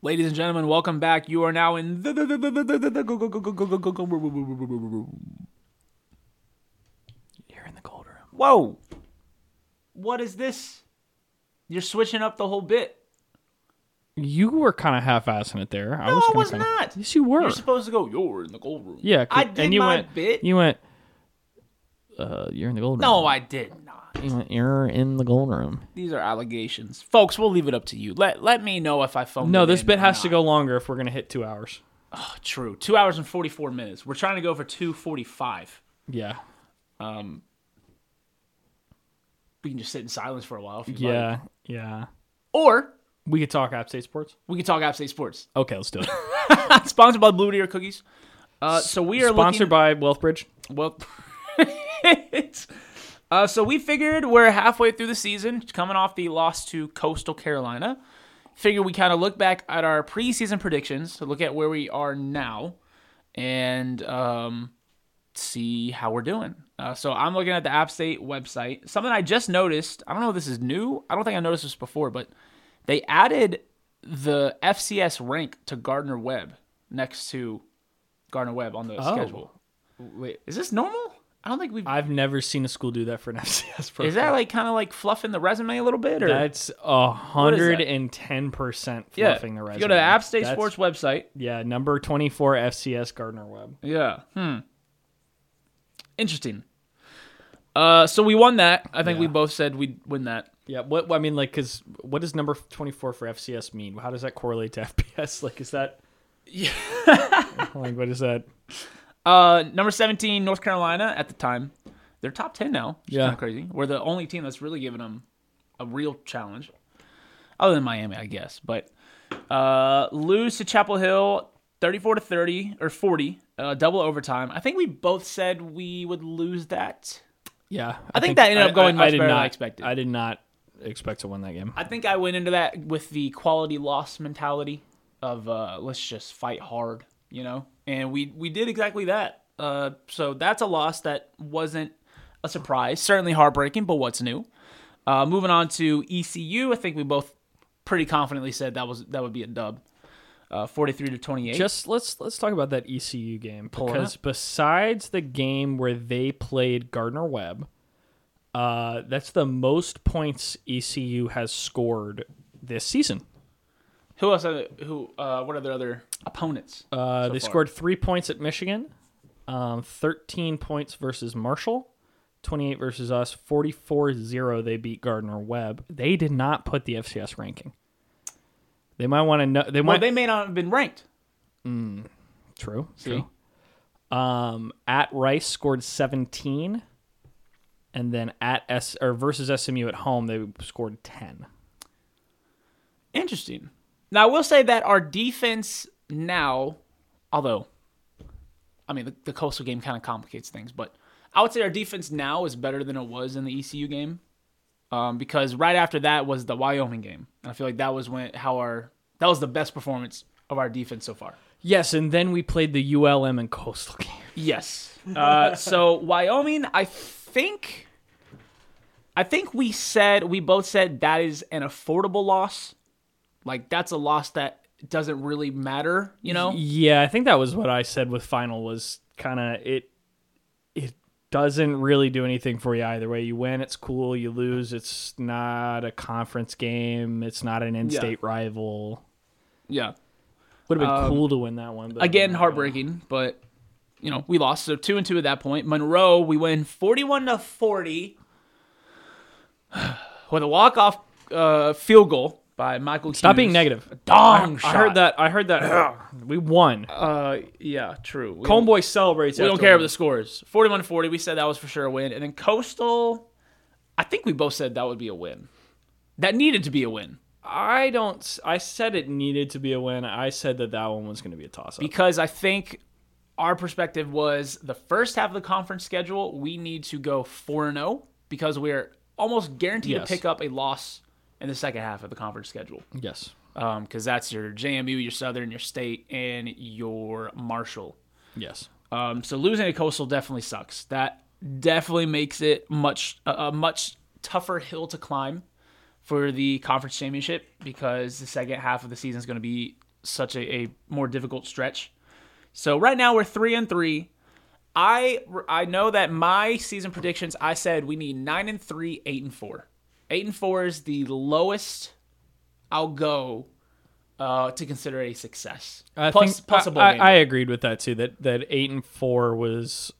Ladies and gentlemen, welcome back. You are now in the the the the the the the the go go go go go go go go room. You're in the cold room. Whoa! What is this? You're switching up the whole bit. You were kind of half-assing it there. I No, was, I gonna was kinda- not. Yes, you were. You're supposed to go. You're in the gold room. yeah, 'cause- I did and you my went, bit. You went. Uh, you're in the gold room. no, I did not. You went, you're in the gold room. These are allegations, folks. We'll leave it up to you. Let let me know if I phoned. No, it this in bit or has to not. go longer if we're gonna hit two hours. True. Two hours and forty four minutes. We're trying to go for two forty five. Yeah. We can just sit in silence for a while. If you like. Yeah. Yeah. Or We could talk App State sports. we can talk App State Sports. Okay, let's do it. Sponsored by Blue Deer Cookies. Uh, so we are looking, Sponsored by Wealthbridge. Well, it's- uh, so we figured we're halfway through the season, coming off the loss to Coastal Carolina. Figure we kind of look back at our preseason predictions, so look at where we are now, and um, see how we're doing. Uh, so I'm looking at the App State website. Something I just noticed. I don't know if this is new. I don't think I noticed this before, but they added the FCS rank to Gardner Webb next to Gardner Webb on the schedule. Wait, Is this normal? I don't think we've. I've never seen a school do that for an FCS program. is that like kind of like fluffing the resume a little bit, or That's a is that? hundred and ten percent yeah? fluffing the if resume. you go to the App State That's- Sports website. Yeah, number twenty-four FCS Gardner Webb. Yeah. Hmm. Interesting. Uh, so we won that. I think we Yeah. both said we'd win that. Yeah, what I mean, like, because what does number twenty-four for FCS mean? How does that correlate to FBS? Like, is that? Yeah. like, what is that? Uh, number seventeen, North Carolina at the time, they're top ten now. Which Yeah. kind of crazy. We're the only team that's really giving them a real challenge, other than Miami, I guess. But uh, lose to Chapel Hill, thirty-four to thirty or forty, uh, double overtime. I think we both said we would lose that. Yeah, I think that ended up going much did better than I not- expected. I did not expect to win that game. I think I went into that with the quality loss mentality of uh, let's just fight hard, you know, and we we did exactly that. Uh, so that's a loss that wasn't a surprise, certainly heartbreaking, but what's new? Uh, moving on to ECU, I think we both pretty confidently said that was that would be a dub, uh, forty three to twenty eight. Just let's let's talk about that ECU game it because besides the game where they played Gardner Webb, uh, that's the most points ECU has scored this season. who else? Are, who? Uh, what are their other opponents? Uh, they far. scored three points at Michigan, um, 13 points versus Marshall, 28 versus us, 44 0. They beat Gardner Webb. They did not put the FCS ranking. They might want to know. They well, might. they may not have been ranked. True. See? True. Um, at Rice scored 17, and then at S or versus SMU at home they scored 10. Interesting. Now I will say that our defense now, although, I mean the, the coastal game kind of complicates things, but I would say our defense now is better than it was in the ECU game, um, because right after that was the Wyoming game, and I feel like that was when how our that was the best performance of our defense so far. Yes, and then we played the ULM and Coastal game. Yes. Uh, so Wyoming, I think, I think we said we both said that is an affordable loss. Like that's a loss that doesn't really matter, you know. Yeah, I think that was what I said with final was kind of it. It doesn't really do anything for you either way. You win, it's cool. You lose, it's not a conference game. It's not an in-state rival. Yeah. Would have been cool to win that one. But Um, Again, heartbreaking, but you know we lost. So two and two at that point. Monroe, we win forty-one to forty with a walk-off uh, field goal by Michael. Stop being negative. Dong I heard that. I heard that. we won. Uh, yeah, true. We- Homeboy celebrates. We don't care about the scores. 41 40, we said that was for sure a win. And then Coastal, I think we both said that would be a win. That needed to be a win I don't. s- I said it needed to be a win. I said that that one was going to be a toss up. because I think our perspective was the first half of the conference schedule, we need to go 4 0 because we're almost guaranteed Yes. to pick up a loss in the second half of the conference schedule. yes. Because that's your JMU, your Southern, your State, and your Marshall. Yes. Um, so losing to Coastal definitely sucks. That definitely makes it much a a much tougher hill to climb for the conference championship because the second half of the season is going to be such a, a more difficult stretch. So right now we're three and three. I I know that my season predictions. I said we need nine and three, eight and four. Eight and four is the lowest I'll go uh, to consider a success. I Plus, think- possible. I, I, I agreed with that too. That that eight and four was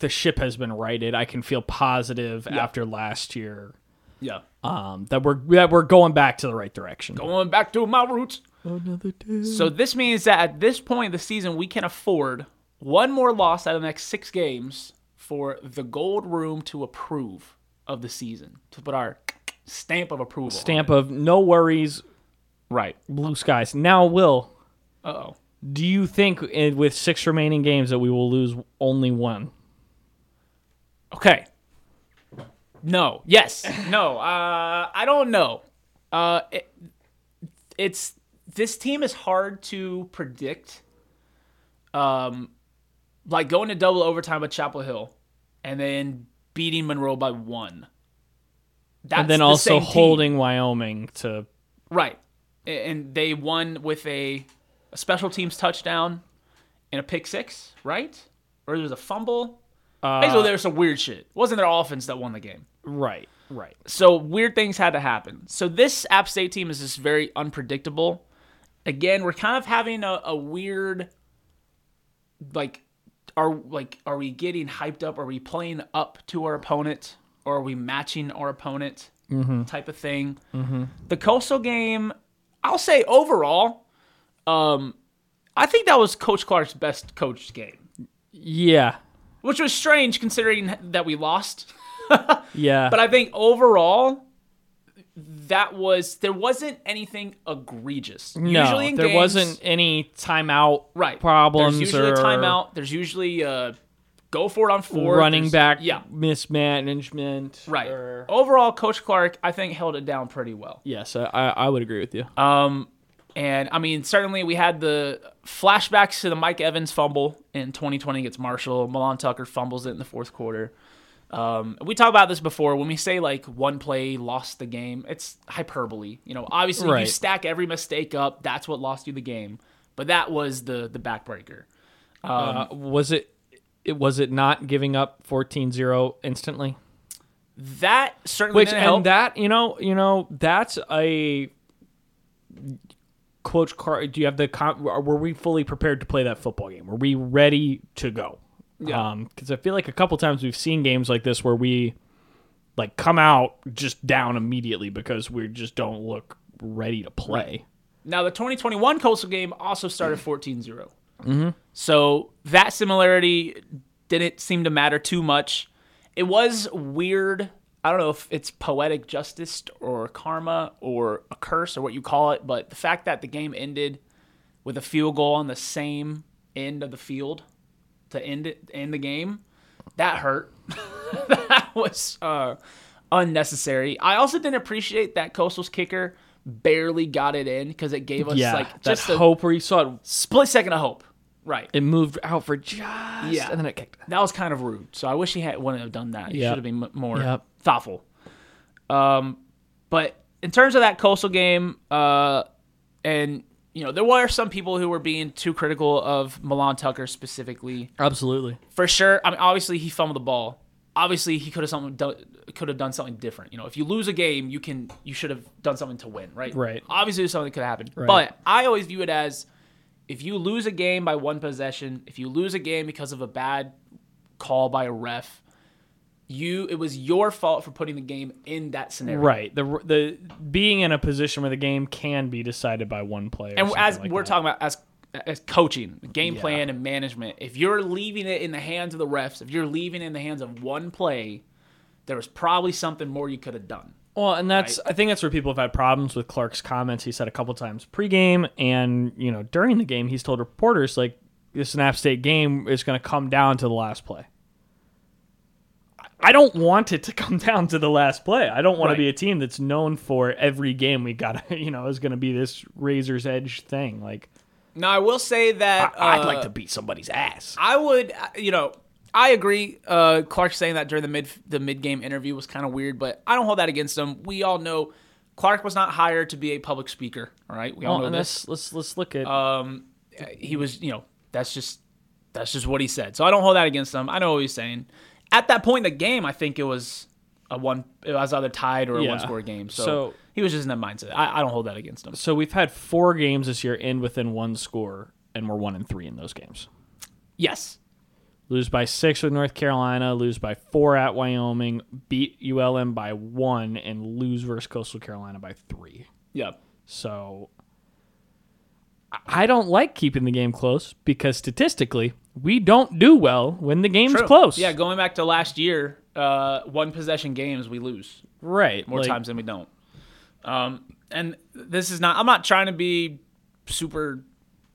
the ship has been righted. I can feel positive after last year. yeah. Um, that we're that we're going back to the right direction. Going back to my roots. Another day. So this means that at this point in the season, we can afford one more loss out of the next six games for the Gold Room to approve of the season to put our stamp of approval. on Stamp of no worries, it. right. blue skies. Now, Will, Uh oh. do you think eh, with six remaining games that we will lose only one? Okay. No. Yes. No. Uh, I don't know. Uh, it, it's this team is hard to predict. Um, like going to double overtime at Chapel Hill, and then beating Monroe by one. That's and then the also same team. holding Wyoming to right, A- and they won with a, a special teams touchdown and a pick six, right? Or there's a fumble. Basically, there was some weird shit. Wasn't their offense that won the game? right, right. so weird things had to happen. So this App State team is just very unpredictable. Again, we're kind of having a, a weird, like, are like are we getting hyped up? Are we playing up to our opponent, or are we matching our opponent? Type of thing. The coastal game, I'll say overall, um, I think that was Coach Clark's best coached game, Yeah, which was strange considering that we lost. yeah. But I think overall, that was there wasn't anything egregious. no, usually in there games- wasn't any timeout right problems There's usually or a timeout. There's usually uh, go for it on four. running There's- back Yeah, mismanagement. right. or- Overall, Coach Clark, I think held it down pretty well. yes, I, I I would agree with you. Um, and I mean, certainly we had the flashbacks to the Mike Evans fumble in 2020 against Marshall. Milan Tucker fumbles it in the fourth quarter. Um, we talked about this before. When we say like one play lost the game, it's hyperbole. You know, obviously you Right. stack every mistake up. That's what lost you the game. But that was the the backbreaker. uh, was it? It was it not giving up 14-0 instantly? That certainly Which didn't and help. that you know you know that's a coach Clark. Do you have the con- were we fully prepared to play that football game? Were we ready to go? Yeah. because I feel like a couple times we've seen games like this where we like come out just down immediately because we just don't look ready to play. Now, the 2021 Coastal game also started 14 0. Mm-hmm. So that similarity didn't seem to matter too much. It was weird. I don't know if it's poetic justice or karma or a curse or what you call it, but the fact that the game ended with a field goal on the same end of the field to end it end the game, that hurt. that was uh, unnecessary. I also didn't appreciate that Coastal's kicker barely got it in because it gave us Yeah, like that just a hope where you saw it, split second of hope. Right. it moved out for just yeah. and then it kicked. That was kind of rude. So I wish he had wouldn't have done that. He Yep. should have been m- more Yep. thoughtful. Um, but in terms of that coastal game, uh, and you know there were some people who were being too critical of Milan Tucker specifically. Absolutely. For sure, I mean obviously he fumbled the ball. Obviously he could have something done, could have done something different. You know, if you lose a game, you can you should have done something to win, right? Right. Obviously there's something that could have happened. But I always view it as if you lose a game by one possession, if you lose a game because of a bad call by a ref, you it was your fault for putting the game in that scenario. Right. The the being in a position where the game can be decided by one player. And as like we're that. talking about as as coaching, game plan and management, if you're leaving it in the hands of the refs, if you're leaving it in the hands of one play, there was probably something more you could have done. Well, and that's I think that's where people have had problems with Clark's comments. He said a couple times pregame and you know during the game, he's told reporters like this is an App State game is going to come down to the last play. I don't want it to come down to the last play. I don't want Right. to be a team that's known for every game we got. to You know, is going to be this razor's edge thing. Like Now I will say that I'd uh, like to beat somebody's ass. I would, uh, you know, I agree. Uh, Clark saying that during the mid the mid game interview was kind of weird, but I don't hold that against him. We all know Clark was not hired to be a public speaker. All right, we all Well, know and this. let's let's let's look at Um, he was, you know, that's just that's just what he said. So I don't hold that against him. I know what he's saying. At that point in the game, I think it was a one. It was either tied or a Yeah. one score game. So, So- he was just in that mindset. I, I don't hold that against him. so we've had four games this year end within one score, and we're one and three in those games. Yes, Lose by six with North Carolina, lose by four at Wyoming, beat ULM by one, and lose versus Coastal Carolina by three. yeah, So I- I don't like keeping the game close because statistically, we don't do well when the game's True. close. Yeah, going back to last year, uh, one possession games we lose. right. more like, times than we don't. Um, and this is not. I'm not trying to be super,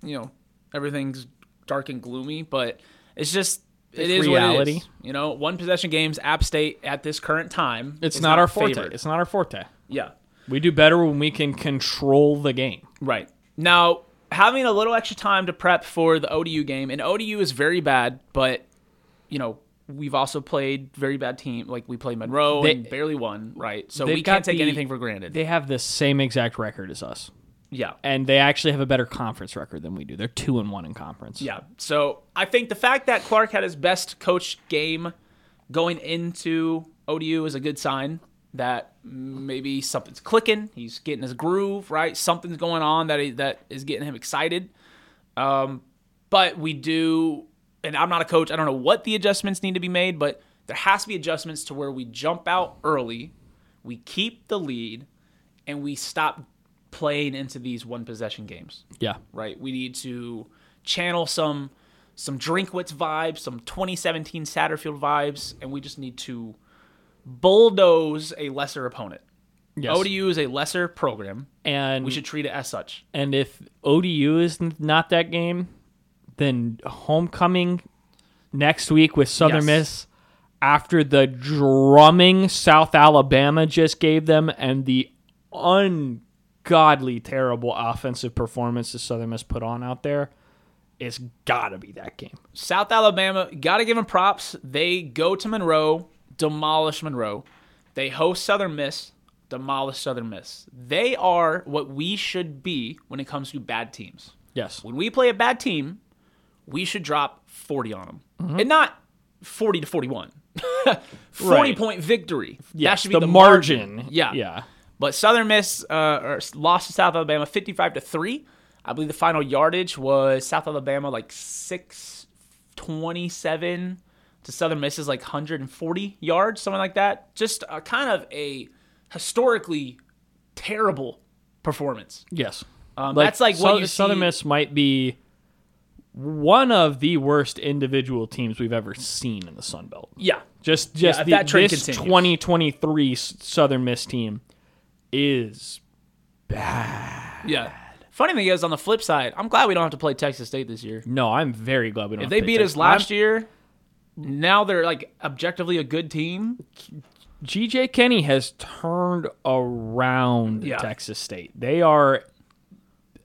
you know, everything's dark and gloomy, but it's just it It's is reality. reality. You know, one possession games. App State at this current time. It's is not, our forte. favored. It's not our forte. Yeah, We do better when we can control the game. right now having a little extra time to prep for the ODU game, and ODU is very bad, but you know. We've also played very bad team, like we played Monroe They- and barely won, right? So they've we can't got take the- anything for granted. They have the same exact record as us. yeah, And they actually have a better conference record than we do. They're two and one in conference. Yeah. So I think the fact that Clark had his best coach game going into ODU is a good sign that maybe something's clicking. He's getting his groove right. Something's going on that he, that is getting him excited. Um, but we do, and I'm not a coach. I don't know what the adjustments need to be made, but there has to be adjustments to where we jump out early, we keep the lead, and we stop playing into these one possession games Yeah. right? We need to channel some some Drinkwitz vibes, some 2017 Satterfield vibes, and we just need to bulldoze a lesser opponent. Yes. ODU is a lesser program. And We should treat it as such. and if ODU is n- not that game, then homecoming next week with Yes. Southern Miss after the drumming South Alabama just gave them and the ungodly terrible offensive performance that Southern Miss put on out there, it's gotta be that game. South Alabama, gotta give them props. They go to Monroe, demolish Monroe. They host Southern Miss, demolish Southern Miss. They are what we should be when it comes to bad teams. Yes. when we play a bad team, we should drop 40 on them. And not 40 to 41. 40 Right. point victory. that Yes, should be the, margin. Yeah. Yeah. But Southern Miss uh, or lost to South Alabama 55 to 3. I believe the final yardage was South Alabama like 627 to Southern Miss's like 140 yards, something like that. Just a, kind of a historically terrible performance. Yes. Um, that's like what Sou- you Southern see- Miss might be one of the worst individual teams we've ever seen in the Sun Belt. Yeah. Just just if the- that trend this continues. 2023 S- Southern Miss team is Yeah. Funny thing is, on the flip side, I'm glad we don't have to play Texas State this year. no. I'm very glad we don't. If have they to beat take- us last year, now they're like objectively a good team. I'm- GJ Kenny has turned around Yeah. Texas State. They are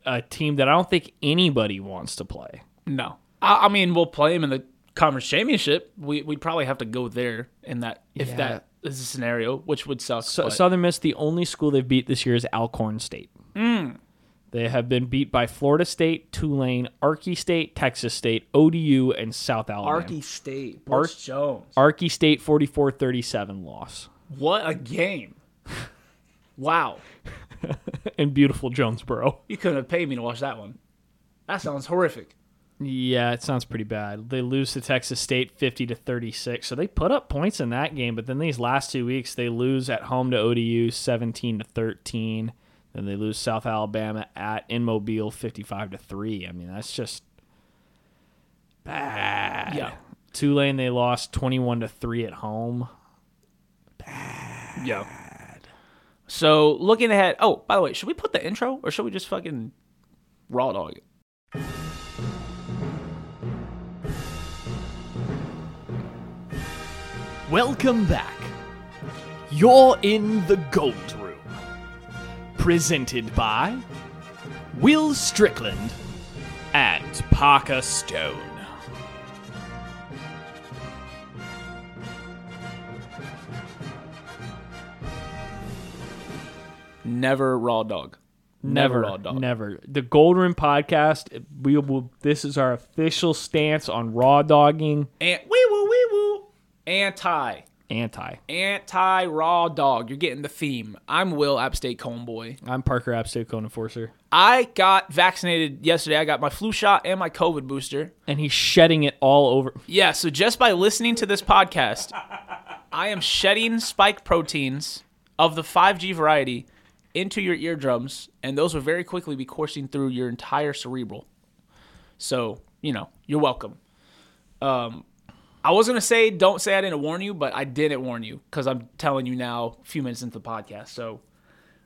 a team that I don't think anybody wants to play. No, I, I mean we'll play them in the conference championship. We we'd probably have to go there in that if Yeah. that is a scenario, which would suck. So, but- Southern Miss, the only school they've beat this year is Alcorn State. They have been beat by Florida State, Tulane, Arky State, Texas State, ODU, and South Alabama. Arky, Arky State, Butch Jones, State 44 37 loss. what a game! wow, And beautiful Jonesboro. you couldn't have paid me to watch that one. That sounds horrific. Yeah, it sounds pretty bad. They lose to Texas State 50 to 36. So they put up points in that game, but then these last two weeks they lose at home to ODU 17 to 13. Then they lose South Alabama at in Mobile 55 to 3. I mean, that's just bad. Yeah. Tulane they lost 21 to 3 at home. Yeah. So looking ahead. Oh, by the way, should we put the intro or should we just fucking raw dog it? Welcome back. You're in the Gold Room. Presented by Will Strickland and Parker Stone. Never raw dog. Never, raw dog. never. The Gold Room podcast. We will. This is our official stance on raw dogging. And wee woo wee woo. Anti. Anti. Anti raw dog. You're getting the theme. I'm Will App State Cone Boy. I'm Parker Abstick, code enforcer, I got vaccinated yesterday. I got my flu shot and my COVID booster. and he's shedding it all over. Yeah, so just by listening to this podcast, I am shedding spike proteins of the 5G variety into your eardrums, and those will very quickly be coursing through your entire cerebral. So, you know, you're welcome. Um, I was going to say, don't say I didn't warn you, but I didn't warn you because I'm telling you now, a few minutes into the podcast. So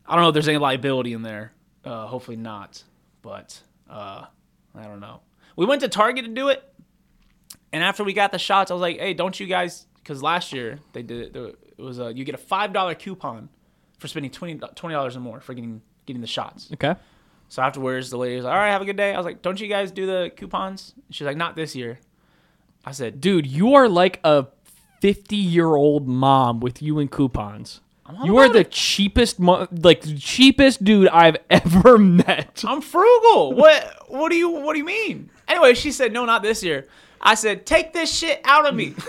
I don't know if there's any liability in there. Uh, hopefully not. But uh, I don't know. We went to Target to do it. And after we got the shots, I was like, "Hey, don't you guys?" Because last year they did it. there- It was a you get a five dollar coupon for spending 20 dollars or more for getting getting the shots. Okay. So afterwards, the lady was like, "All right, have a good day." I was like, "Don't you guys do the coupons?" She's like, "Not this year." I said, Dude, you are like a 50 year old mom with you and coupons. all You are about the cheapest, mo- like cheapest dude I've ever met. "I'm frugal. What? What do you? What do you mean?" Anyway, she said, "No, not this year." I said, "Take this shit out of me."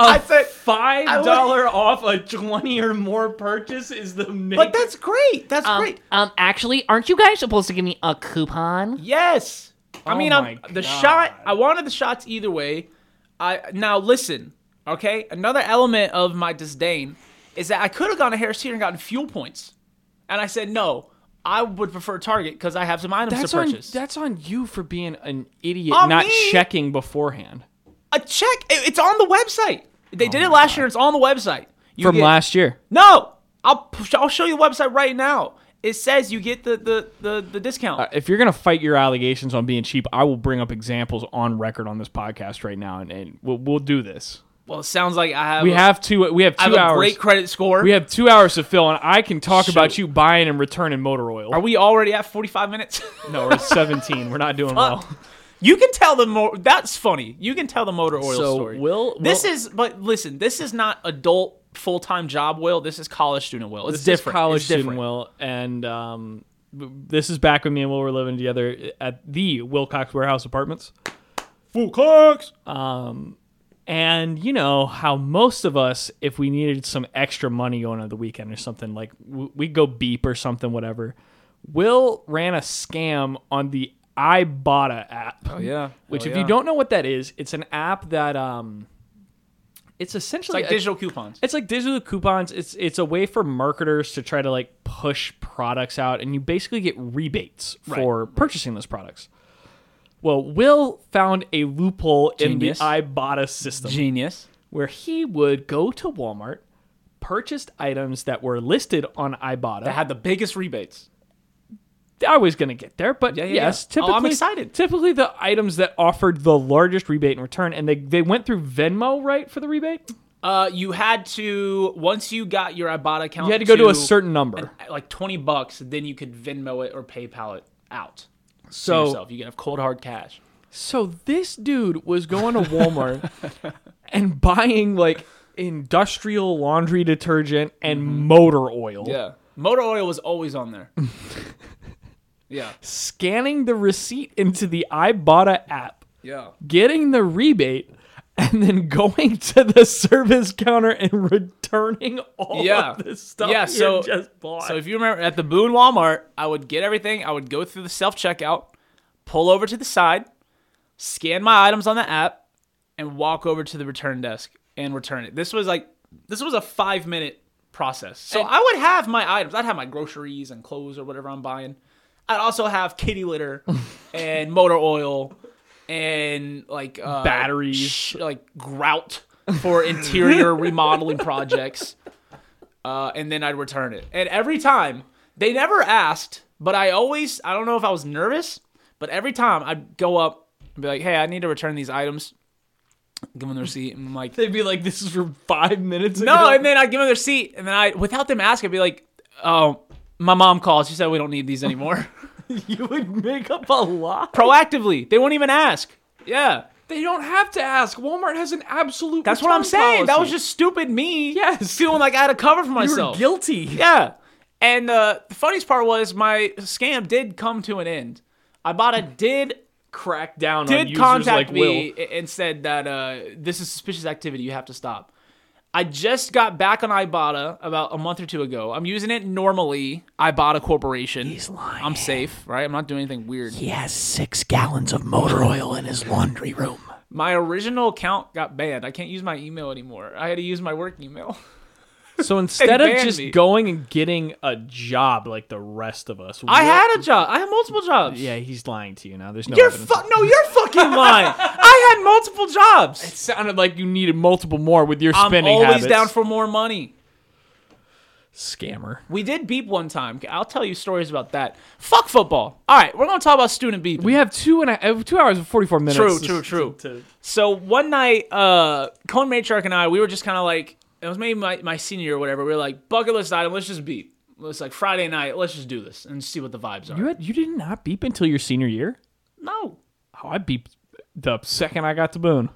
I Oh, said, Five dollar off a 20 or more purchase is the make. "But that's great. That's Um, great." um, actually, aren't you guys supposed to give me a coupon? Yes. I mean, I'm, Oh my the God. shot. I wanted the shots either way. I now listen. Okay, another element of my disdain is that I could have gone to Harris Teeter and gotten fuel points, and I said no. I would prefer Target because I have some items that's to on, purchase. that's on you for being an idiot, On not me? checking beforehand A check. it- it's on the website. They did it last year. It's on the website. You Oh from get- last year. No, I'll push- I'll show you the website right now. It says you get the the the, the discount. If you're gonna fight your allegations on being cheap, I will bring up examples on record on this podcast right now, and, and we'll, we'll do this. well, it sounds like I have. We have two. We have two I have a hours. great credit score. We have two hours to fill, and I can talk Shoot. about you buying and returning motor oil. Are we already at forty five minutes? no, we're at 17. We're not doing well. You can tell the mo- that's funny. You can tell the motor oil So, story. Will- this Will- is but listen, this is not adult full time job. Will this is college student. Will it's This is different. college it's student different. Will, and um, b- this is back when me and Will were living together at the Wilcox Warehouse Apartments. Um, Full cocks. And you know how most of us, if we needed some extra money going on the weekend or something, like w- we'd go beep or something, whatever. Will ran a scam on the Ibotta app. Oh yeah. Which, Hell if yeah. you don't know what that is, it's an app that um, it's essentially Like a- digital coupons. It's like digital coupons. It's it's a way for marketers to try to like push products out, and you basically get rebates for purchasing those products. Well, Will found a loophole Genius. in the Ibotta system Genius. where he would go to Walmart, purchased items that were listed on Ibotta. That had the biggest rebates. I was going to get there, but yeah, yes, yeah. Oh, typically I'm excited. Typically, the items that offered the largest rebate in return, and they they went through Venmo right for the rebate. Uh, you had to once you got your Ibotta account. You had to go to, a certain number. like twenty bucks, then you could Venmo it or PayPal it out. so. yourself. You can have cold hard cash. So this dude was going to Walmart and buying like industrial laundry detergent and motor oil. Mm-hmm. Yeah. Motor oil was always on there. yeah. Scanning the receipt into the Ibotta app, Yeah. getting the rebate, and then going to the service counter and returning all Yeah. of this stuff Yeah, you so- just bought. So if you remember at the Boone Walmart, I would get everything. I would go through the self checkout, pull over to the side, scan my items on the app, and walk over to the return desk and return it. This was like this was a five minute process. So I would have my items. I'd have my groceries and clothes or whatever I'm buying. I'd also have kitty litter and motor oil and like uh, Batteries. sh- like grout for interior remodeling projects uh, and then I'd return it. And every time they never asked, but I always I don't know if I was nervous, but every time I'd go up and be like, "Hey, I need to return these items." Give them their seat, and I'm like, They'd be like, "This is from five minutes ago." "No," and then I'd give them their seat, and then I, without them asking, I'd be like, "Oh, my mom called. She said we don't need these anymore." you would make up a lie. Proactively, they won't even ask. Yeah, They don't have to ask. Walmart has an absolute. that's what I'm return saying. That was policy. just stupid me. Yes. feeling like I had a cover for You were myself. guilty. Yeah. And uh, the funniest part was my scam did come to an end. Ibotta did Crack down on did users contact like me Will. a- and said that uh, this is suspicious activity. You have to stop. I just got back on Ibotta about a month or two ago. I'm using it normally. Ibotta Corporation. He's lying. I'm safe, right? I'm not doing anything weird. He has six gallons of motor oil in his laundry room. My original account got banned. I can't use my email anymore. I had to use my work email. So instead of banned just me. going and getting a job like the rest of us, I Will- had a job. I had multiple jobs. Yeah, he's lying to you now. There's no. You're evidence. fu- no, you're fucking lying. I had multiple jobs. sounded like you needed multiple more with your I'm spending always habits. down for more money. scammer. We did beep one time. I'll tell you stories about that. Fuck football. All right, we're gonna talk about student beeping. We have two and a, uh, two hours and forty four minutes. True, true, true. so one night, uh, Cohen Matriarch and I, we were just kind of like, it was maybe my, my senior year or whatever. We were like, bucket list item. Let's just beep. It's like Friday night. Let's just do this and see what the vibes are. You had, you did not beep until your senior year. no. Oh, I beeped the second I got to Boone.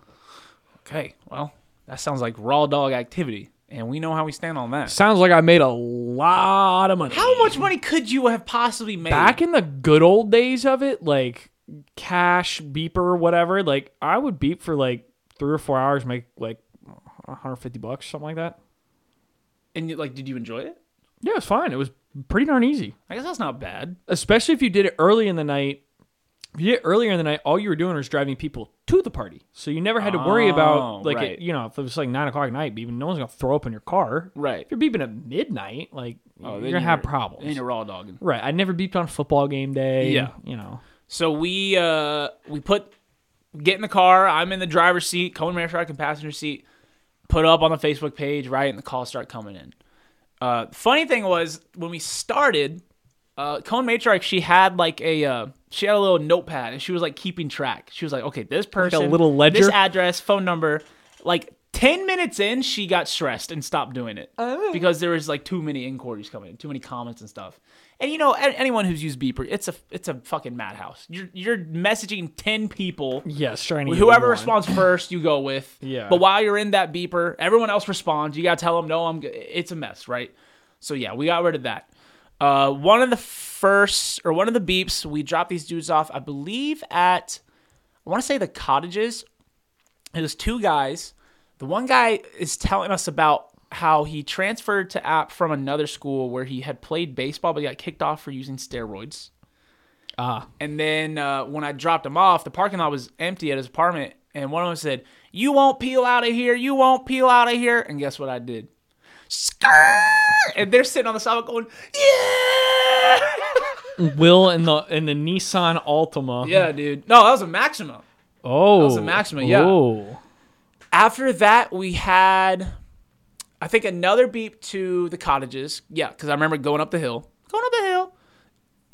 Okay. Well, that sounds like raw dog activity, and we know how we stand on that. Sounds like I made a lot of money. How much money could you have possibly made? back in the good old days of it, like cash beeper, whatever. Like I would beep for like three or four hours, make like 150 bucks, something like that. and you, like, did you enjoy it? Yeah, it was fine. It was pretty darn easy, I guess that's not bad. especially if you did it early in the night. If you did it earlier in the night, all you were doing was driving people to the party, so you never had to worry Oh, about like right. it, you know if it was like nine o'clock at night beeping, no one's gonna throw up in your car. Right. If you're beeping at midnight, like Oh, you're then gonna have Then problems. you're raw dogging. Right. I never beeped on football game day. Yeah. You know. So we uh we put get in the car. I'm in the driver's seat. Cohen Marishark in passenger seat. Put up on the Facebook page, right, and the calls start coming in. Uh, funny thing was when we started, uh, Cohen Matriarch, she had like a uh, she had a little notepad and she was like keeping track. She was like, okay, this person, little ledger? this address, phone number. Like ten minutes in, she got stressed and stopped doing it because there was like too many inquiries coming in, too many comments and stuff. And you know, a- anyone who's used Beeper, it's a it's a fucking madhouse. You're you're messaging ten people. Yes, trying to get Whoever one. responds first, you go with. Yeah. But while you're in that beeper, everyone else responds. You gotta tell them no. I'm. g-" It's a mess, right? So yeah, we got rid of that. Uh, one of the first or one of the beeps, we dropped these dudes off. I believe at I want to say the cottages. It was two guys. The one guy is telling us about how he transferred to App from another school where he had played baseball, but he got kicked off for using steroids. And then uh, when I dropped him off, the parking lot was empty at his apartment. And one of them said, You won't peel out of here. You won't peel out of here. And guess what I did? Skrrr! And they're sitting on the sidewalk going, Yeah. Will in the in the Nissan Altima. yeah, dude. No, that was a Maxima. Oh, that was a Maxima, yeah. Oh, After that, we had, I think, another beep to the cottages. Yeah, because I remember going up the hill. Going up the hill.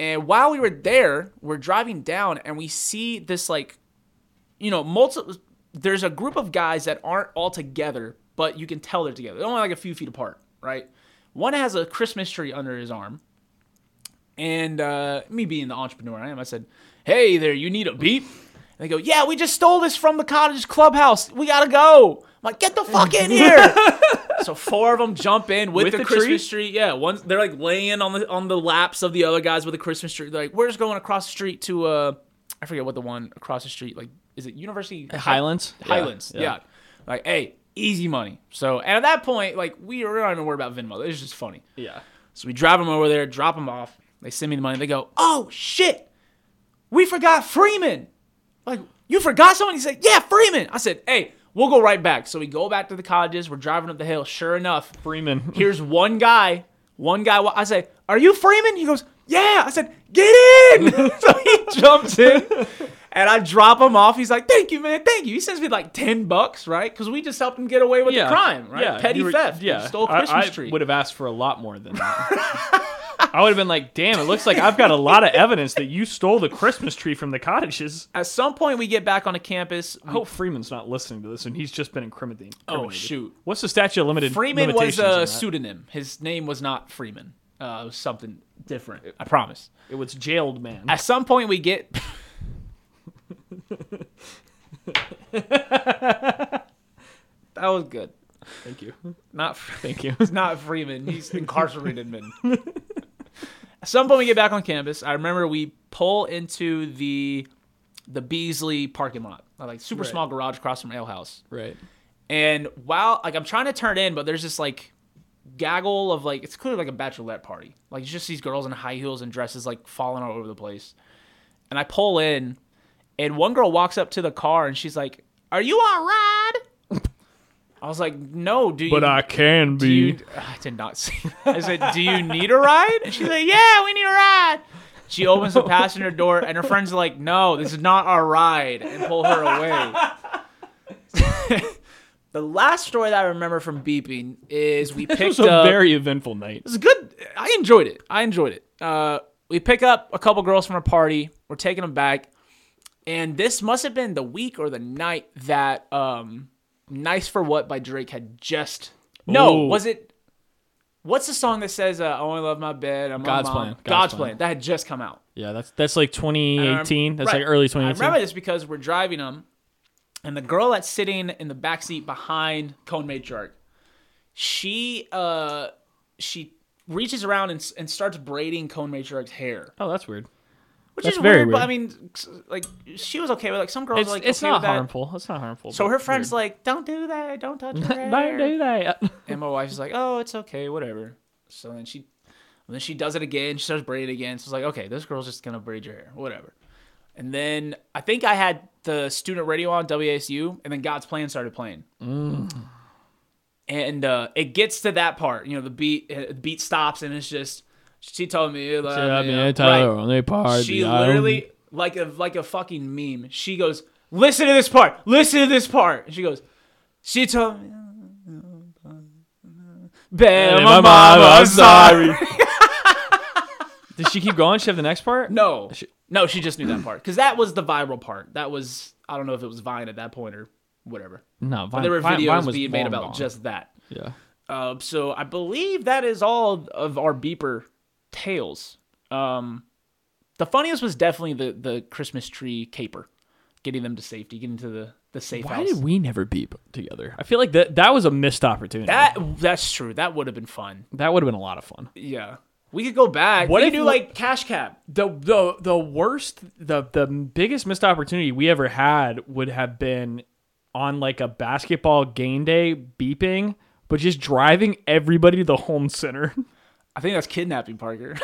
And while we were there, we're driving down and we see this, like, you know, multiple. There's a group of guys that aren't all together, but you can tell they're together. They're only like a few feet apart, right? One has a Christmas tree under his arm. And uh, me being the entrepreneur I am, I said, Hey there, you need a beep? And they go, Yeah, we just stole this from the cottage clubhouse. We gotta go. I'm like, Get the fuck in here. so four of them jump in with, With the, the Christmas tree. Yeah, one they're like laying on the on the laps of the other guys with the Christmas tree. They're like, We're just going across the street to uh I forget what the one across the street, like is it University Highlands. Highlands. Yeah. Like, hey, easy money. So, and at that point, like, we were not even worried about Venmo. It's just funny. yeah. So we drive them over there, drop them off. They send me the money. They go, oh, shit. We forgot Freeman. Like, you forgot someone? He said, yeah, Freeman. I said, hey, we'll go right back. So we go back to the cottages. We're driving up the hill. Sure enough, Freeman. here's one guy. One guy. I say, "Are you Freeman?" He goes, "Yeah." I said, "Get in!" so he jumps in, and I drop him off. He's like, "Thank you, man. Thank you." He sends me like ten bucks, right? Because we just helped him get away with the crime, right? Petty you were- theft. Yeah, Yeah, stole a I- Christmas I, tree. Would have asked for a lot more than that. I would have been like, "Damn, it looks like I've got a lot of evidence that you stole the Christmas tree from the cottages." At some point, we get back on the campus. I hope Freeman's not listening to this, and he's just been incriminated. Oh shoot! What's the statute of limited? Freeman was limitations on a that? pseudonym. His name was not Freeman. Uh, it was something different. I promise. It was jailed man. At some point, we get. that was good. Thank you. Not Thank you. He's not Freeman. He's incarcerated man. At some point, we get back on campus. I remember we pull into the the Beasley parking lot, a, like super small garage across from Ale House. Right. And while like I'm trying to turn in, but there's this like gaggle of like it's clearly like a bachelorette party. Like it's just these girls in high heels and dresses like falling all over the place. And I pull in, and one girl walks up to the car and she's like, "Are you all right?" I was like, "No, do you?" But I can be. do you, I did not see. That. I said, "Do you need a ride?" And she's like, "Yeah, we need a ride." She opens the passenger door, and her friends are like, "No, this is not our ride," and pull her away. the last story that I remember from beeping is we picked it was a up. very eventful night. It was good. I enjoyed it. I enjoyed it. Uh, we pick up a couple girls from a party. We're taking them back, and this must have been the week or the night that um, "Nice for What" by Drake had just. No, Ooh. was it? What's the song that says uh, "I only love my bed"? I'm God's my mom. Plan. God's, God's plan. Plan. That had just come out. Yeah, that's that's like And I 2018. rem- That's Um, right. like early I 2018. remember this because we're driving them, and the girl that's sitting in the back seat behind Cone Matriarch, she uh she reaches around and, s- and starts braiding Cone Matriarch's hair, Oh, that's weird. which That's is very weird, But I weird. mean, s- like she was okay with like some girls It's, are, like it's okay not with that. harmful. It's not harmful. So her friend's like, "Don't do that! Don't touch her hair!" don't do that. And my wife's like, "Oh, it's okay, whatever." So then she, and then she does it again. She starts braiding again. So it's like, "Okay, this girl's just gonna braid your hair, whatever." And then I think I had the student radio on WASU, and then God's Plan started playing. Mm. And uh, it gets to that part, you know, the beat uh, the beat stops, and it's just she told me, like, you know, right. She literally like a like a fucking meme. She goes, "Listen to this part. Listen to this part." And she goes, "She told me." Bam, my mom, I'm sorry. Did she keep going? She have the next part? No, no, she just knew that part because that was the viral part. That was I don't know if it was Vine at that point or whatever. no. Vine, But there were Mm, Vine- Vine videos was being made long about gone. just that. yeah. Uh, so I believe that is all of our beeper tales. Um, the funniest was definitely the the Christmas tree caper, getting them to safety, getting to the the safe Why house. did we never beep together? I feel like that that was a missed opportunity. that that's true. That would have been fun. that would have been a lot of fun. Yeah, we could go back. What What we if could do we- like cash cab? the the the worst the the biggest missed opportunity we ever had would have been on like a basketball game day beeping but just driving everybody to the home center I think that's kidnapping, Parker.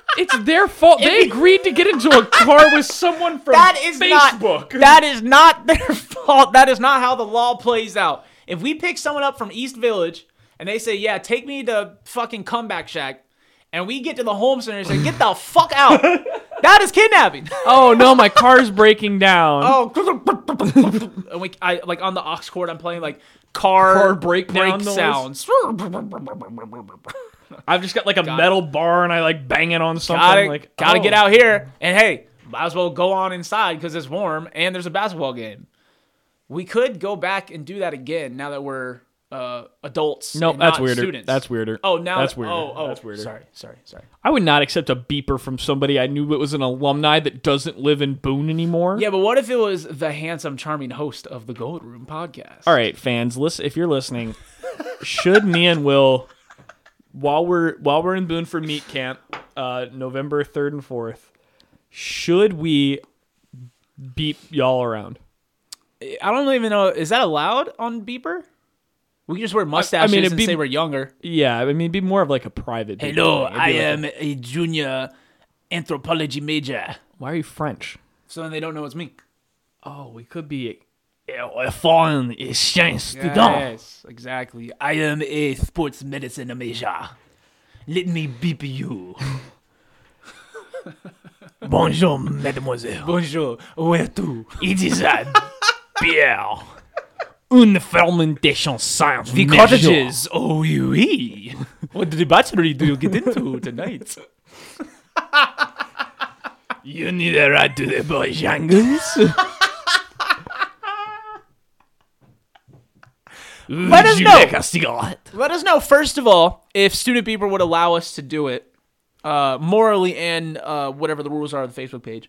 it's their fault they agreed to get into a car with someone from that is facebook not that is not their fault. That is not how the law plays out. If we pick someone up from East Village and they say, "Yeah, take me to fucking Comeback Shack," and we get to the home center and say, "Get the fuck out," that is kidnapping. oh no my car's breaking down Oh, and we, I like on the aux chord. I'm playing like car, Car breakdown brake noise. sounds. i've just got like a metal bar and i like bang it on something Gotta, like gotta oh. get out here. And hey, might as well go on inside because it's warm and there's a basketball game. We could go back and do that again now that we're uh, adults. no and that's not weirder students. that's weirder Oh, now that's that- weirder Oh, oh, that's weirder Sorry, sorry, sorry. I would not accept a beeper from somebody I knew it was an alumni that doesn't live in Boone anymore. Yeah, but what if it was the handsome, charming host of the Gold Room podcast? All right, fans, listen if you're listening, should me and Will while we're while we're in Boone for meet camp, uh November 3rd and 4th, should we beep y'all around? I don't even know. Is that allowed on Beeper? We can just wear mustaches it'd and be- say we're younger. Yeah, I mean it'd be more of like a private beep Hello, thing. It'd I be like am a junior anthropology major. a- Why are you French? So then they don't know it's me. Oh, we could be a foreign exchange student. Yes, exactly. I am a sports medicine major. Let me beep you. Bonjour, mademoiselle. Bonjour. Where to? It is a beer. Une fermentation science. The measure. cottages. Oh, oui, oui. What debauchery do you get into tonight? You need a ride to the Bojangles? Let us you know. Like a cigarette? Let us know, first of all, if Student Beeper would allow us to do it uh, morally and uh, whatever the rules are of the Facebook page.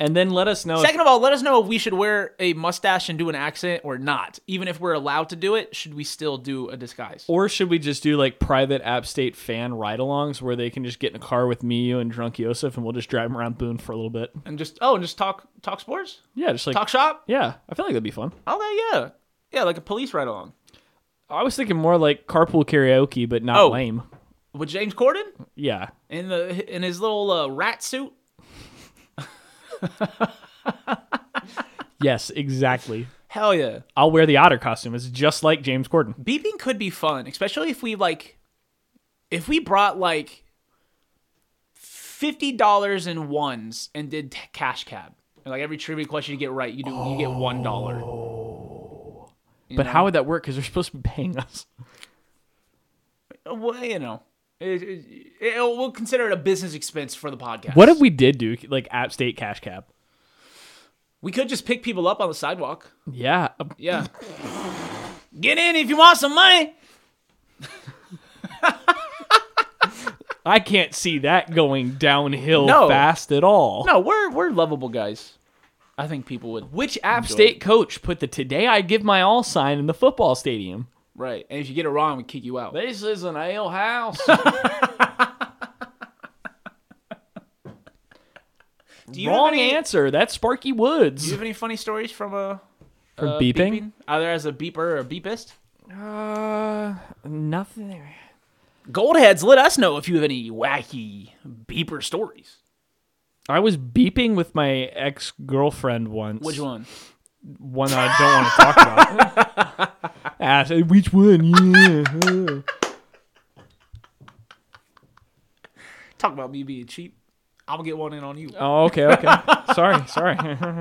and then let us know. if- Second of all, let us know if we should wear a mustache and do an accent or not. Even if we're allowed to do it, should we still do a disguise? or should we just do like private App State fan ride-alongs where they can just get in a car with me, you, and drunk Yosef, and we'll just drive 'em around Boone for a little bit? And just oh, and just talk talk sports, Yeah, just like talk shop. yeah, I feel like that'd be fun. Okay, yeah, yeah, like a police ride along I was thinking more like carpool karaoke, but not Oh. lame. with James Corden Yeah, in the in his little uh, rat suit. yes, exactly. Hell yeah, I'll wear the otter costume. It's just like James Corden. beeping could be fun, especially if we like if we brought like fifty dollars in ones and did t- cash cab. And like every trivia question you get right, you do you get one dollar. But how would that work? Because they're supposed to be paying us. Well, you know, it, it, it- we'll consider it a business expense for the podcast. What if we did do like App State cash cab? We could just pick people up on the sidewalk. Yeah, Yeah. Get in if you want some money. I can't see that going downhill No. fast at all. No, we're we're lovable guys. I think people would. Which App State coach put the "Today I give my all" sign in the football stadium? Right. And if you get it wrong, we kick you out. This is an ale house. Do you Wrong have any, answer. That's Sparky Do Woods. you have any funny stories from a From uh, beeping? either as a beeper or a beepist? Uh, nothing. Goldheads, let us know if you have any wacky beeper stories. I was beeping with my ex girlfriend once. Which one? One I don't want to talk about. Ask "Hey, which one? Yeah. huh." Talk about me being cheap. I'm gonna get one in on you. Oh, okay, okay. sorry, sorry.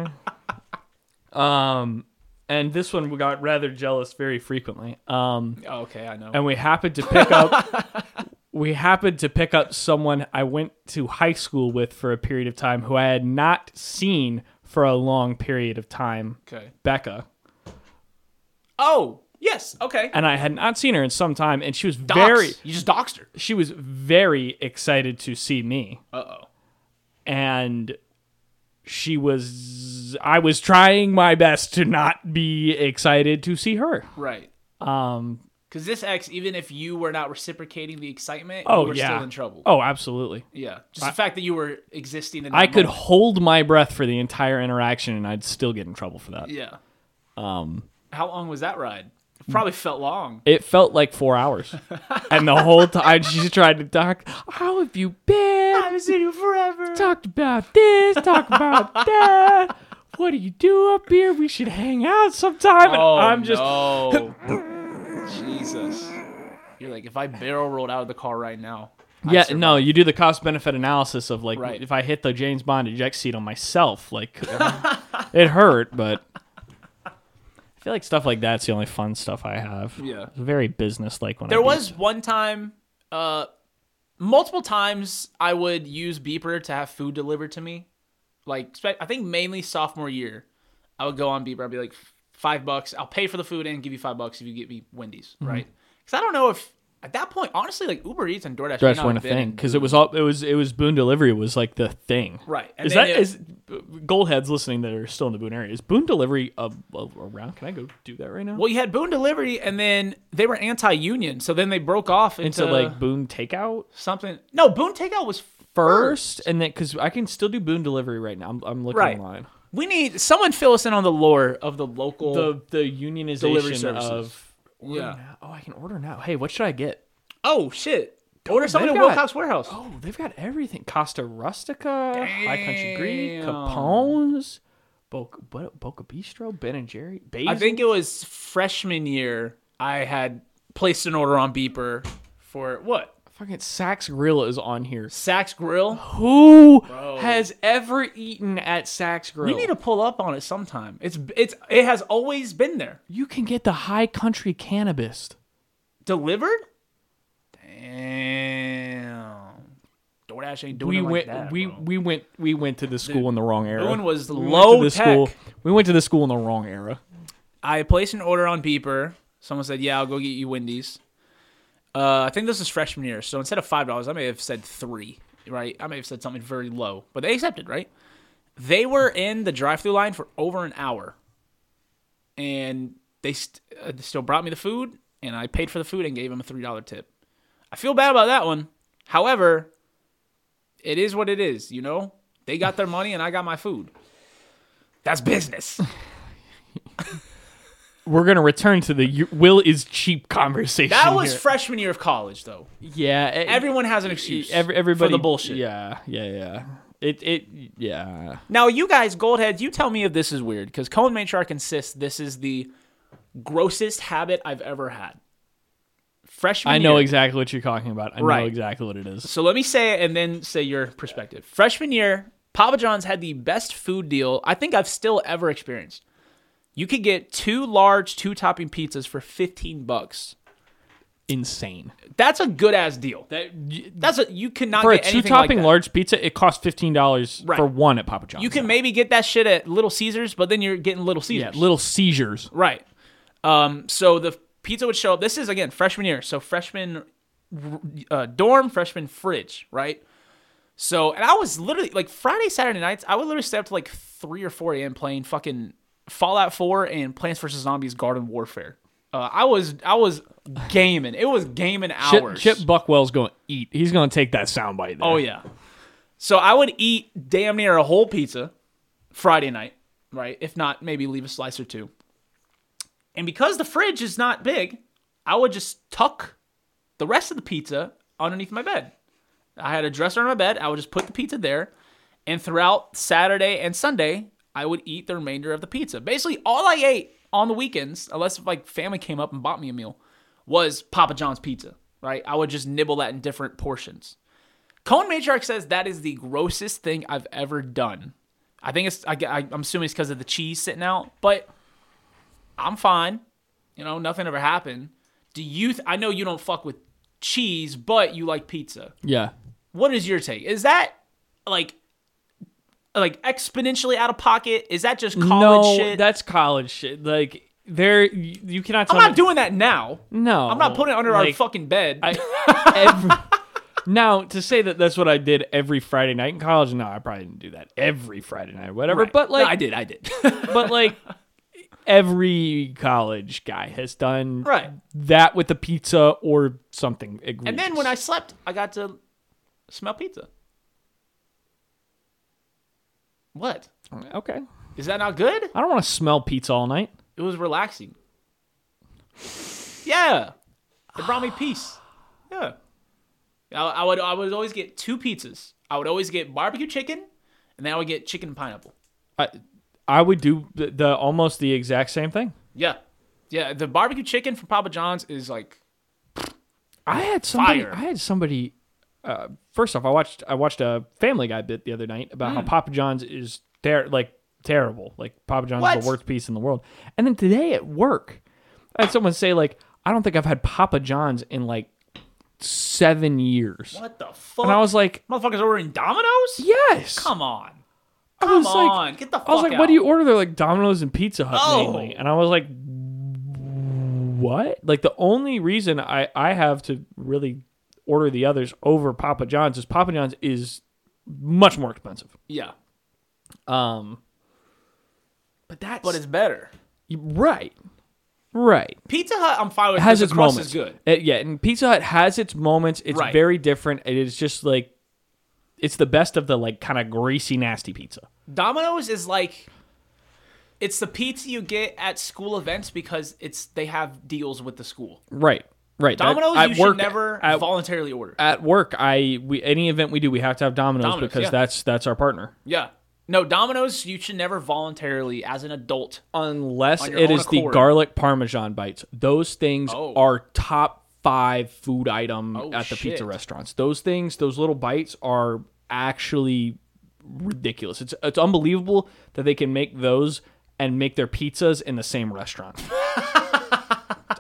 um, and this one we got rather jealous very frequently. Um, Oh, okay, I know. and we happened to pick up. we happened to pick up someone I went to high school with for a period of time who I had not seen for a long period of time. Okay. Becca. Oh, yes. Okay. And I had not seen her in some time, and she was Doxed. very You just doxed her. she was very excited to see me. Uh oh. and she was I was trying my best to not be excited to see her. Right. Um Because this ex, even if you were not reciprocating the excitement, oh you were yeah. still in trouble. Oh, absolutely. Yeah. Just the fact that you were existing in that I could moment. hold my breath for the entire interaction and I'd still get in trouble for that. Yeah. Um. How long was that ride? It probably felt long. It felt like 4 hours. and the whole time she tried to talk, "How have you been? haven't seen you forever. Talked about this, talked about that. What do you do up here? We should hang out sometime." And Oh, I'm just No. Jesus. You're like, if I barrel rolled out of the car right now. I'd Yeah, survive. no, you do the cost benefit analysis of like Right. if I hit the James Bond eject seat on myself, like it hurt, but I feel like stuff like that's the only fun stuff I have. Yeah. It's very business like when I There do was it. one time, uh, multiple times I would use Beeper to have food delivered to me. Like, spe- I think mainly sophomore year, I would go on Beeper. I'd be like, five bucks. I'll pay for the food and give you five bucks if you get me Wendy's, Mm-hmm. right? Because I don't know if at that point, honestly, like Uber Eats and DoorDash, may That's not one have been thing in- because it was all it was it was Boone delivery was like the thing. Right, and Is then that it- is Goldheads listening that are still in the Boone area? Is Boone delivery uh, uh, around? Can I go do that right now? Well, you had Boone Delivery, and then they were anti-union, so then they broke off into, Into like Boone takeout something. No, Boone Takeout was first, and then because I can still do Boone delivery right now. I'm, I'm looking Right. online. We need someone fill us in on the lore of the local. the the unionization Delivery services. of order Yeah. now. Oh, I can order now. Hey, what should I get? oh shit! Order something at got- Wilcox Warehouse. Oh, they've got everything: Costa Rustica, High Country Greek, Damn. Capone's, Boca, Bo- Boca Bistro, Ben and Jerry. Basil. I think it was freshman year. I had placed an order on Beeper for what fucking Saks Grill is on here. Saks Grill. Oh. Who has ever eaten at Saks Grill? We need to pull up on it sometime. It's it's it has always been there. you can get the High Country Cannabis. Delivered. Damn. DoorDash ain't doing We it like went. that, we bro. we went. We went to the school in the wrong era. Boone was we low went to the tech. school. We went to the school in the wrong era. I placed an order on Beeper. Someone said, "Yeah, I'll go get you Wendy's." Uh, I think this is freshman year, so instead of five dollars, I may have said three. Right? I may have said something very low, but they accepted, right? They were in the drive-through line for over an hour, and they st- uh, they still brought me the food, and I paid for the food and gave them a three dollar tip. I feel bad about that one. However, it is what it is. You know, they got their money and I got my food. That's business. We're gonna return to the you- Will is cheap conversation. That was here. freshman year of college, though. yeah. it- Everyone has an excuse. every, everybody for the bullshit. Yeah, yeah, yeah. It it yeah. Now, you guys, goldheads, you tell me if this is weird because Cohen Manchark insists this is the grossest habit I've ever had. Freshman, I know year. exactly what you're talking about. I Right. know exactly what it is. So let me say it and then say your perspective. Freshman year, Papa John's had the best food deal I think I've still ever experienced. You could get two large, two topping pizzas for fifteen bucks. Insane. That's a good ass deal. That That's a you cannot for a get two anything topping like that. large pizza, it costs fifteen dollars Right. for one at Papa John's. You can maybe get that shit at Little Caesars, but then you're getting Little yeah, Caesars. little seizures. Right. Um, so the pizza would show up. This is again freshman year, so freshman uh, dorm, freshman fridge, right? So, and I was literally like Friday, Saturday nights, I would literally stay up to like three or four a.m. playing fucking Fallout Four and Plants vs Zombies Garden Warfare. Uh, I was I was gaming. It was gaming Chip, hours. Chip Buckwell's going to eat. He's going to take that soundbite. There. Oh yeah. So I would eat damn near a whole pizza Friday night, right? If not, maybe leave a slice or two. And because the fridge is not big, I would just tuck the rest of the pizza underneath my bed. I had a dresser on my bed. I would just put the pizza there, and throughout Saturday and Sunday, I would eat the remainder of the pizza. Basically, all I ate on the weekends, unless like family came up and bought me a meal, was Papa John's pizza. Right? I would just nibble that in different portions. Cohen Matriarch says that is the grossest thing I've ever done. I think it's, I, am assuming it's because of the cheese sitting out, but I'm fine. You know, nothing ever happened. Do you, th- I know you don't fuck with cheese, but you like pizza. yeah. What is your take? Is that like, like exponentially out of pocket? Is that just college no, shit? that's college shit. Like there, you, you cannot. Tell I'm not me- doing that now. No, I'm not putting it under our Like, fucking bed. I, every, now to say that that's what I did every Friday night in college. No, I probably didn't do that every Friday night, whatever. Right. But No, like, I did, I did. but like every college guy has done Right. that with a pizza or something. Egregious. and then when I slept, I got to smell pizza. What? okay, Is that not good? I don't want to smell pizza all night. It was relaxing. Yeah, it brought me peace. Yeah, I, I would I would always get two pizzas. I would always get barbecue chicken, and then I would get chicken and pineapple. I I would do the, the almost the exact same thing. Yeah, yeah. The barbecue chicken from Papa John's is like I had somebody. Fire. I had somebody. Uh, first off, I watched I watched a Family Guy bit the other night about Mm. how Papa John's is ter- like terrible. Like Papa John's What? is the worst piece in the world. And then today at work, I had someone say like, "I don't think I've had Papa John's in like seven years." what the fuck? And I was like, motherfuckers ordering Domino's. "Yes." Come on, I was come like, on, get the fuck I was like, out. "What do you order?" They're like Domino's and Pizza Hut Oh. mainly, and I was like, "What?" Like the only reason I I have to really order the others over Papa John's is Papa John's is much more expensive. Yeah, Um, but that's but it's better. right, right. Pizza Hut, I'm fine with. It 'cause has the its crust moments. is good. Uh, yeah, and Pizza Hut has its moments. It's Right. very different. It is just like it's the best of the like kind of greasy, nasty pizza. Domino's is like it's the pizza you get at school events because it's they have deals with the school. Right, right. That- Domino's at you work- should never at voluntarily order. at work i we any event we do we have to have dominoes, Domino's, because yeah. that's that's our partner yeah. No, Domino's you should never voluntarily as an adult. unless On your it own is the accord. garlic parmesan bites those things Oh. are top five food item Oh, at the shit. pizza restaurants those things those little bites are actually ridiculous it's it's unbelievable that they can make those and make their pizzas in the same restaurant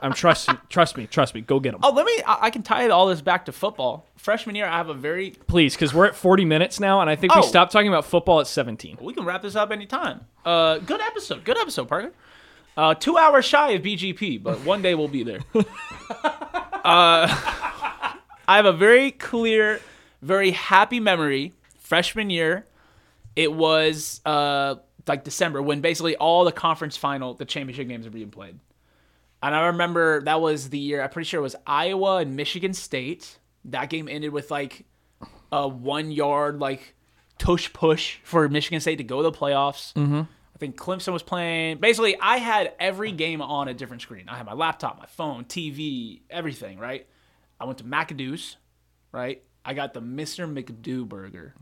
i'm trust trust me trust me go get them Oh, let me I, I can tie all this back to football. Freshman year I have a very please because we're at 40 minutes now and i think we Oh. stopped talking about football at 17 we can wrap this up anytime. Uh good episode. Good episode, Parker. Uh two hours shy of BGP, but one day we'll be there. uh I have a very clear, very happy memory, freshman year. It was uh, like December when basically all the conference final, the championship games were being played. And I remember that was the year, I'm pretty sure it was Iowa and Michigan State. That game ended with like a one yard, like tush push for Michigan State to go to the playoffs. Mm-hmm. I think Clemson was playing. Basically, I had every game on a different screen. I had my laptop, my phone, TV, everything, right? I went to McAdoo's, right? I got the Mr. McDo burger.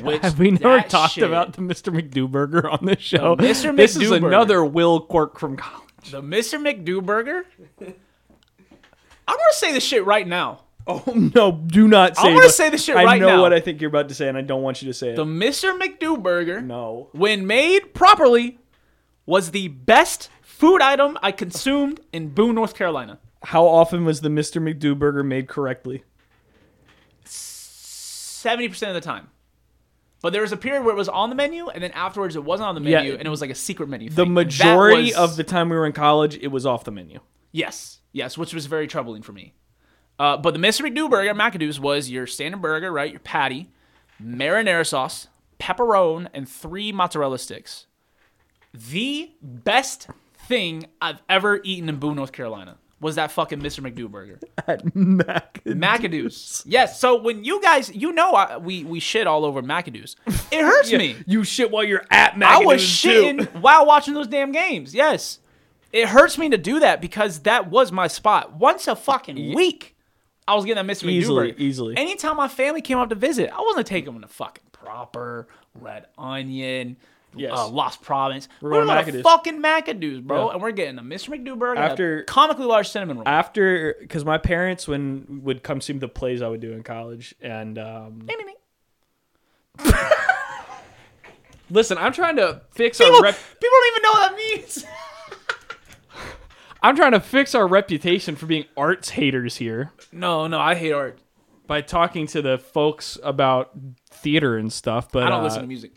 which Have we never that talked shit- about the Mr. McDo burger on this show? Mr. This is McDo burger. another Will Quirk from college. the Mr. McDo burger? I'm gonna say this shit right now. Oh no! Do not say. wanna what- say this shit I right know now. what I think you're about to say, and I don't want you to say it. The Mr. McDo burger, no. when made properly, was the best food item I consumed in Boone, North Carolina. How often was the Mr. McDo burger made correctly? 70% of the time. But there was a period where it was on the menu, and then afterwards it wasn't on the menu, Yeah. and it was like a secret menu. The thing. majority That was- of the time we were in college, it was off the menu. Yes, yes, which was very troubling for me. Uh, but the Mr. McDo burger at McAdoo's was your standard burger, right? Your patty, marinara sauce, pepperoni, and three mozzarella sticks. The best thing I've ever eaten in Boone, North Carolina was that fucking Mr. McDo burger. Mac. McAdoo's. Yes, so when you guys, you know, I, we, we shit all over McAdoo's. It hurts me. You shit while you're at McAdoo's I was too. shitting while watching those damn games. Yes. It hurts me to do that because that was my spot. Once a fucking week, I was getting that Mr. Easily, McDouber. easily. Anytime my family came up to visit, I wasn't taking them to fucking proper red onion. Yes. Uh, Lost Province. We're, going going to McAdoo's. fucking McAdoo's, bro, and we're getting a Mr. McDouber after After- a comically large cinnamon roll. after because my parents when would come see the plays I would do in college and um, listen I'm trying to fix People, our rep- people don't even know what that means. I'm trying to fix our reputation for being arts haters here no, no, I hate art. by talking to the folks about theater and stuff but I don't uh, listen to music.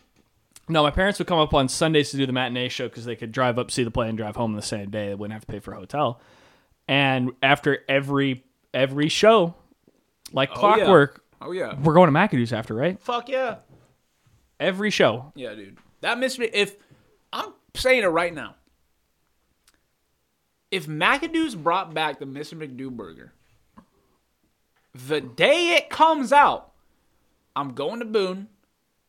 no my parents would come up on Sundays to do the matinee show because they could drive up see the play and drive home the same day they wouldn't have to pay for a hotel and after every every show like clockwork Oh, yeah. we're going to McAdoo's after right Fuck yeah. every show Yeah, dude. That mystery. If I'm saying it right now, if McAdoo's brought back the Mr. McDo burger, the day it comes out, I'm going to Boone,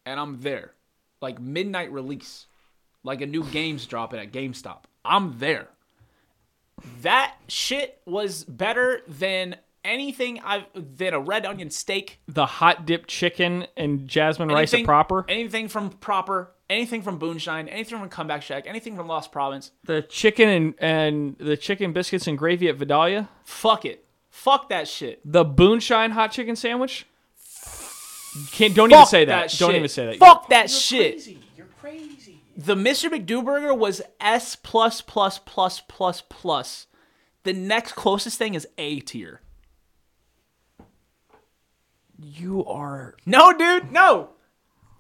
and I'm there, like midnight release, like a new game's dropping at GameStop. I'm there. That shit was better than anything I've than a red onion steak the hot dip chicken and jasmine rice anything are proper. Anything from proper, anything from Boonshine, anything from Comeback Shack, anything from Lost Province. The chicken and, and the chicken biscuits and gravy at Vidalia. Fuck it. Fuck that shit. The Boonshine hot chicken sandwich. Can't don't even Fuck say that. don't shit. even say that. Fuck that shit. The Mr. McDo burger was S plus plus plus plus plus. The next closest thing is A tier. You are No, dude, no.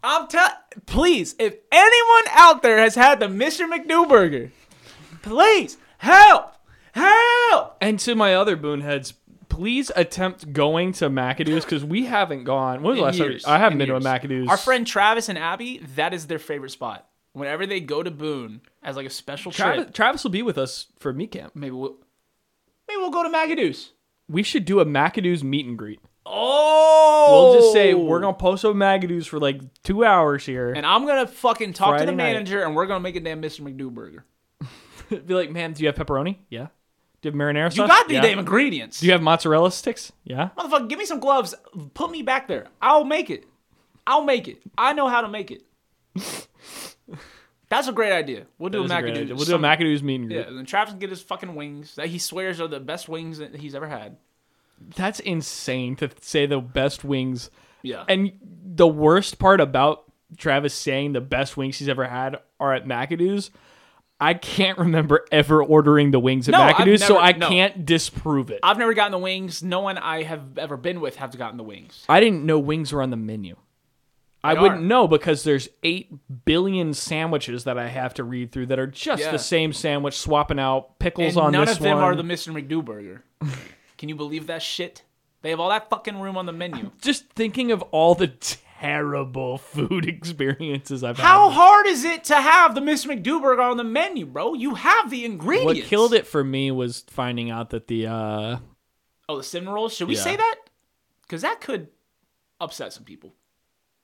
I'm tell. Please, if anyone out there has had the Mr. McDo burger, please help, help. And to my other boonheads, please attempt going to McAdoo's because we haven't gone. When was the last years. time? I haven't In been to a years. McAdoo's. Our friend Travis and Abby, that is their favorite spot. Whenever they go to Boone as like a special Travis, trip, Travis will be with us for meet camp. maybe we'll maybe we'll go to McAdoo's. We should do a McAdoo's meet and greet. Oh, We'll just say we're gonna post up McAdoo's for like two hours here. and I'm gonna fucking talk to Friday the night. manager, and we're gonna make a damn Mr. McDo burger. Be like, man, do you have pepperoni? Yeah. Do you have marinara sauce? You got the yeah. damn ingredients. Do you have mozzarella sticks? Yeah. Motherfucker, give me some gloves. Put me back there. I'll make it. I'll make it. I know how to make it. That's a great idea. We'll do a That is great McAdoo's. idea. We'll do a some- McAdoo's meet and greet. Yeah, and then Travis can get his fucking wings that he swears are the best wings that he's ever had. That's insane to say the best wings. Yeah. And the worst part about Travis saying the best wings he's ever had are at McAdoo's. I can't remember ever ordering the wings at No, I've McAdoo's, so never- I no. can't disprove it. I, I've never gotten the wings. No one I have ever been with have gotten the wings. didn't know wings were on the menu. I They wouldn't are. know because there's 8 billion sandwiches that I have to read through that are just Yeah. the same sandwich, swapping out pickles And on none this of them one. are the Mr. McDo burger. Can you believe that shit? They have all that fucking room on the menu. just thinking of all the terrible food experiences I've How had. hard is it to have the Mr. McDouburger on the menu, bro? You have the What ingredients. killed it for me was finding out that the uh, Oh, the cinnamon rolls. Should we Yeah. say that? Because that could upset some people.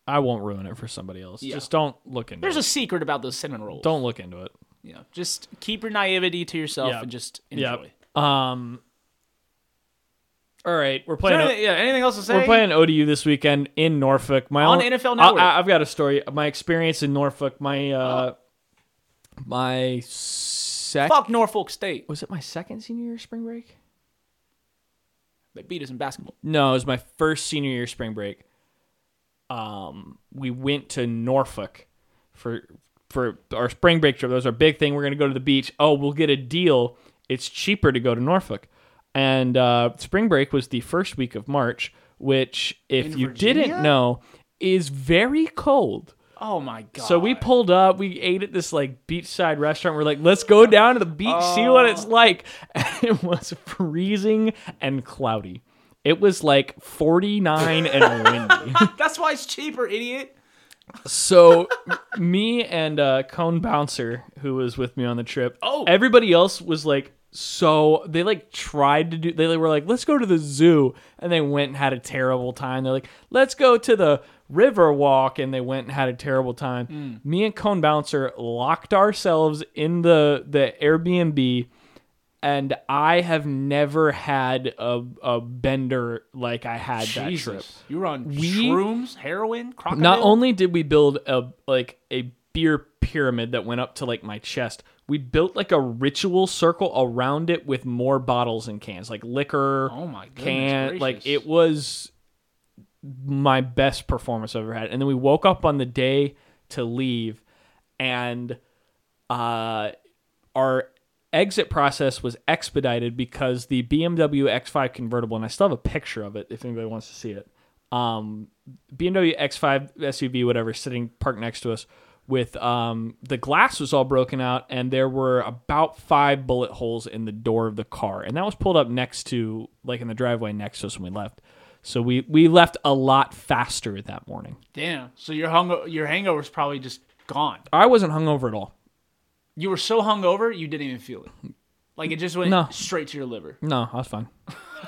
I won't ruin it for somebody else. Yeah. Just don't look into There's it. a secret about those cinnamon rolls. don't look into it. You know, just keep your naivety to yourself Yeah. and just Yeah. enjoy. Um. All right, we're Is there playing. anything- yeah. Anything else to say? We're playing ODU this weekend in Norfolk. My On own- NFL I- Network. I, have got a story. My experience in Norfolk. My uh, my sec. Fuck Norfolk State. Was it my second senior year of spring break? They beat us in basketball. No, it was my first senior year spring break. Um, we went to Norfolk for for our spring break trip. That was our big thing. We're gonna go to the beach. Oh, we'll get a deal. It's cheaper to go to Norfolk. And uh, spring break was the first week of March, which, if In you Virginia? didn't know, is very cold. Oh my god. So we pulled up, we ate at this like beachside restaurant. We're like, let's go down to the beach, see what it's like. And it was freezing and cloudy. It was like 49 and windy. That's why it's cheaper, idiot. So me and uh, Cone Bouncer, who was with me on the trip, Oh. everybody else was like, so they like tried to do. They were like, let's go to the zoo, and they went and had a terrible time. They're like, let's go to the river walk, and they went and had a terrible time. Mm. Me and Cone Bouncer locked ourselves in the the Airbnb and I have never had a, a bender like I had that trip. Jesus. You were on We- shrooms, heroin, crocodile. Not only did we build a like a beer pyramid that went up to like my chest, we built like a ritual circle around it with more bottles and cans, like liquor, Oh my goodness can, like gracious. it was my best performance I've ever had. And then we woke up on the day to leave, and uh, our exit process was expedited because the BMW X5 convertible, and I still have a picture of it if anybody wants to see it. Um, BMW X5 SUV, whatever, sitting parked next to us with um, the glass was all broken out, and there were about five bullet holes in the door of the car, and that was pulled up next to, like, in the driveway next to us when we left. So we we left a lot faster that morning. Damn. So your hungo- your hangover's probably just gone. I wasn't hungover at all. You were so hungover, you didn't even feel it. Like it just went No. straight to your liver. No, I was fine.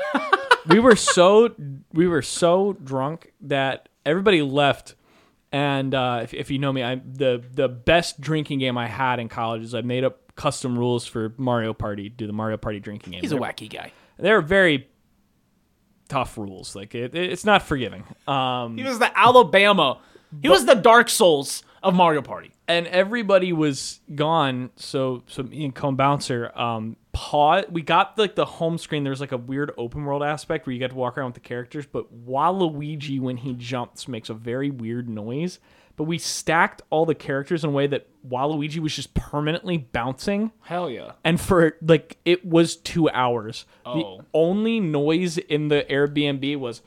we were so we were so drunk that everybody left. And uh, if, if you know me, I the the best drinking game I had in college is I made up custom rules for Mario Party. Do the Mario Party drinking game? He's a They're- wacky guy. They're very tough rules. Like it, it's not forgiving. Um, He was the Alabama. He was the Dark Souls of Mario Party. and everybody was gone so so me and cone bouncer um pause we got like the home screen there's like a weird open world aspect where you get to walk around with the characters but waluigi when he jumps makes a very weird noise but we stacked all the characters in a way that waluigi was just permanently bouncing Hell yeah. and for like it was two hours Oh. the only noise in the airbnb was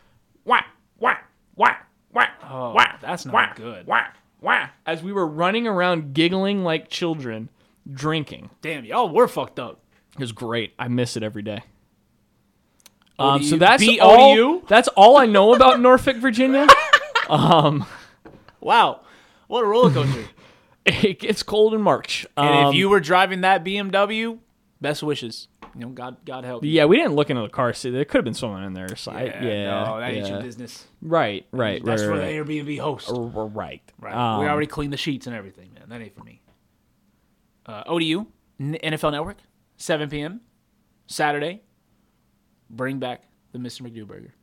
wah wah wah wah Oh, wah that's not wah, good. wah, wah, as we were running around giggling like children, drinking. Damn, y'all were fucked up. It was great. I miss it every day. Um, ODU. so that's Beat all. ODU? That's all I know about Norfolk, Virginia. Wow. What a roller coaster. It gets cold in March. and Um, if you were driving that BMW, best wishes. You know, God God help. you. yeah, we didn't look into the car seat. There could have been someone in there. So I, yeah, no, uh, that ain't yeah. your business. Right, right, That's right, for right, the Airbnb host. right, right. Right. Um, we already cleaned the sheets and everything, man. That ain't for me. Uh, ODU, N- NFL Network, 7 p.m. Saturday. Bring back the Mr. McDouburger.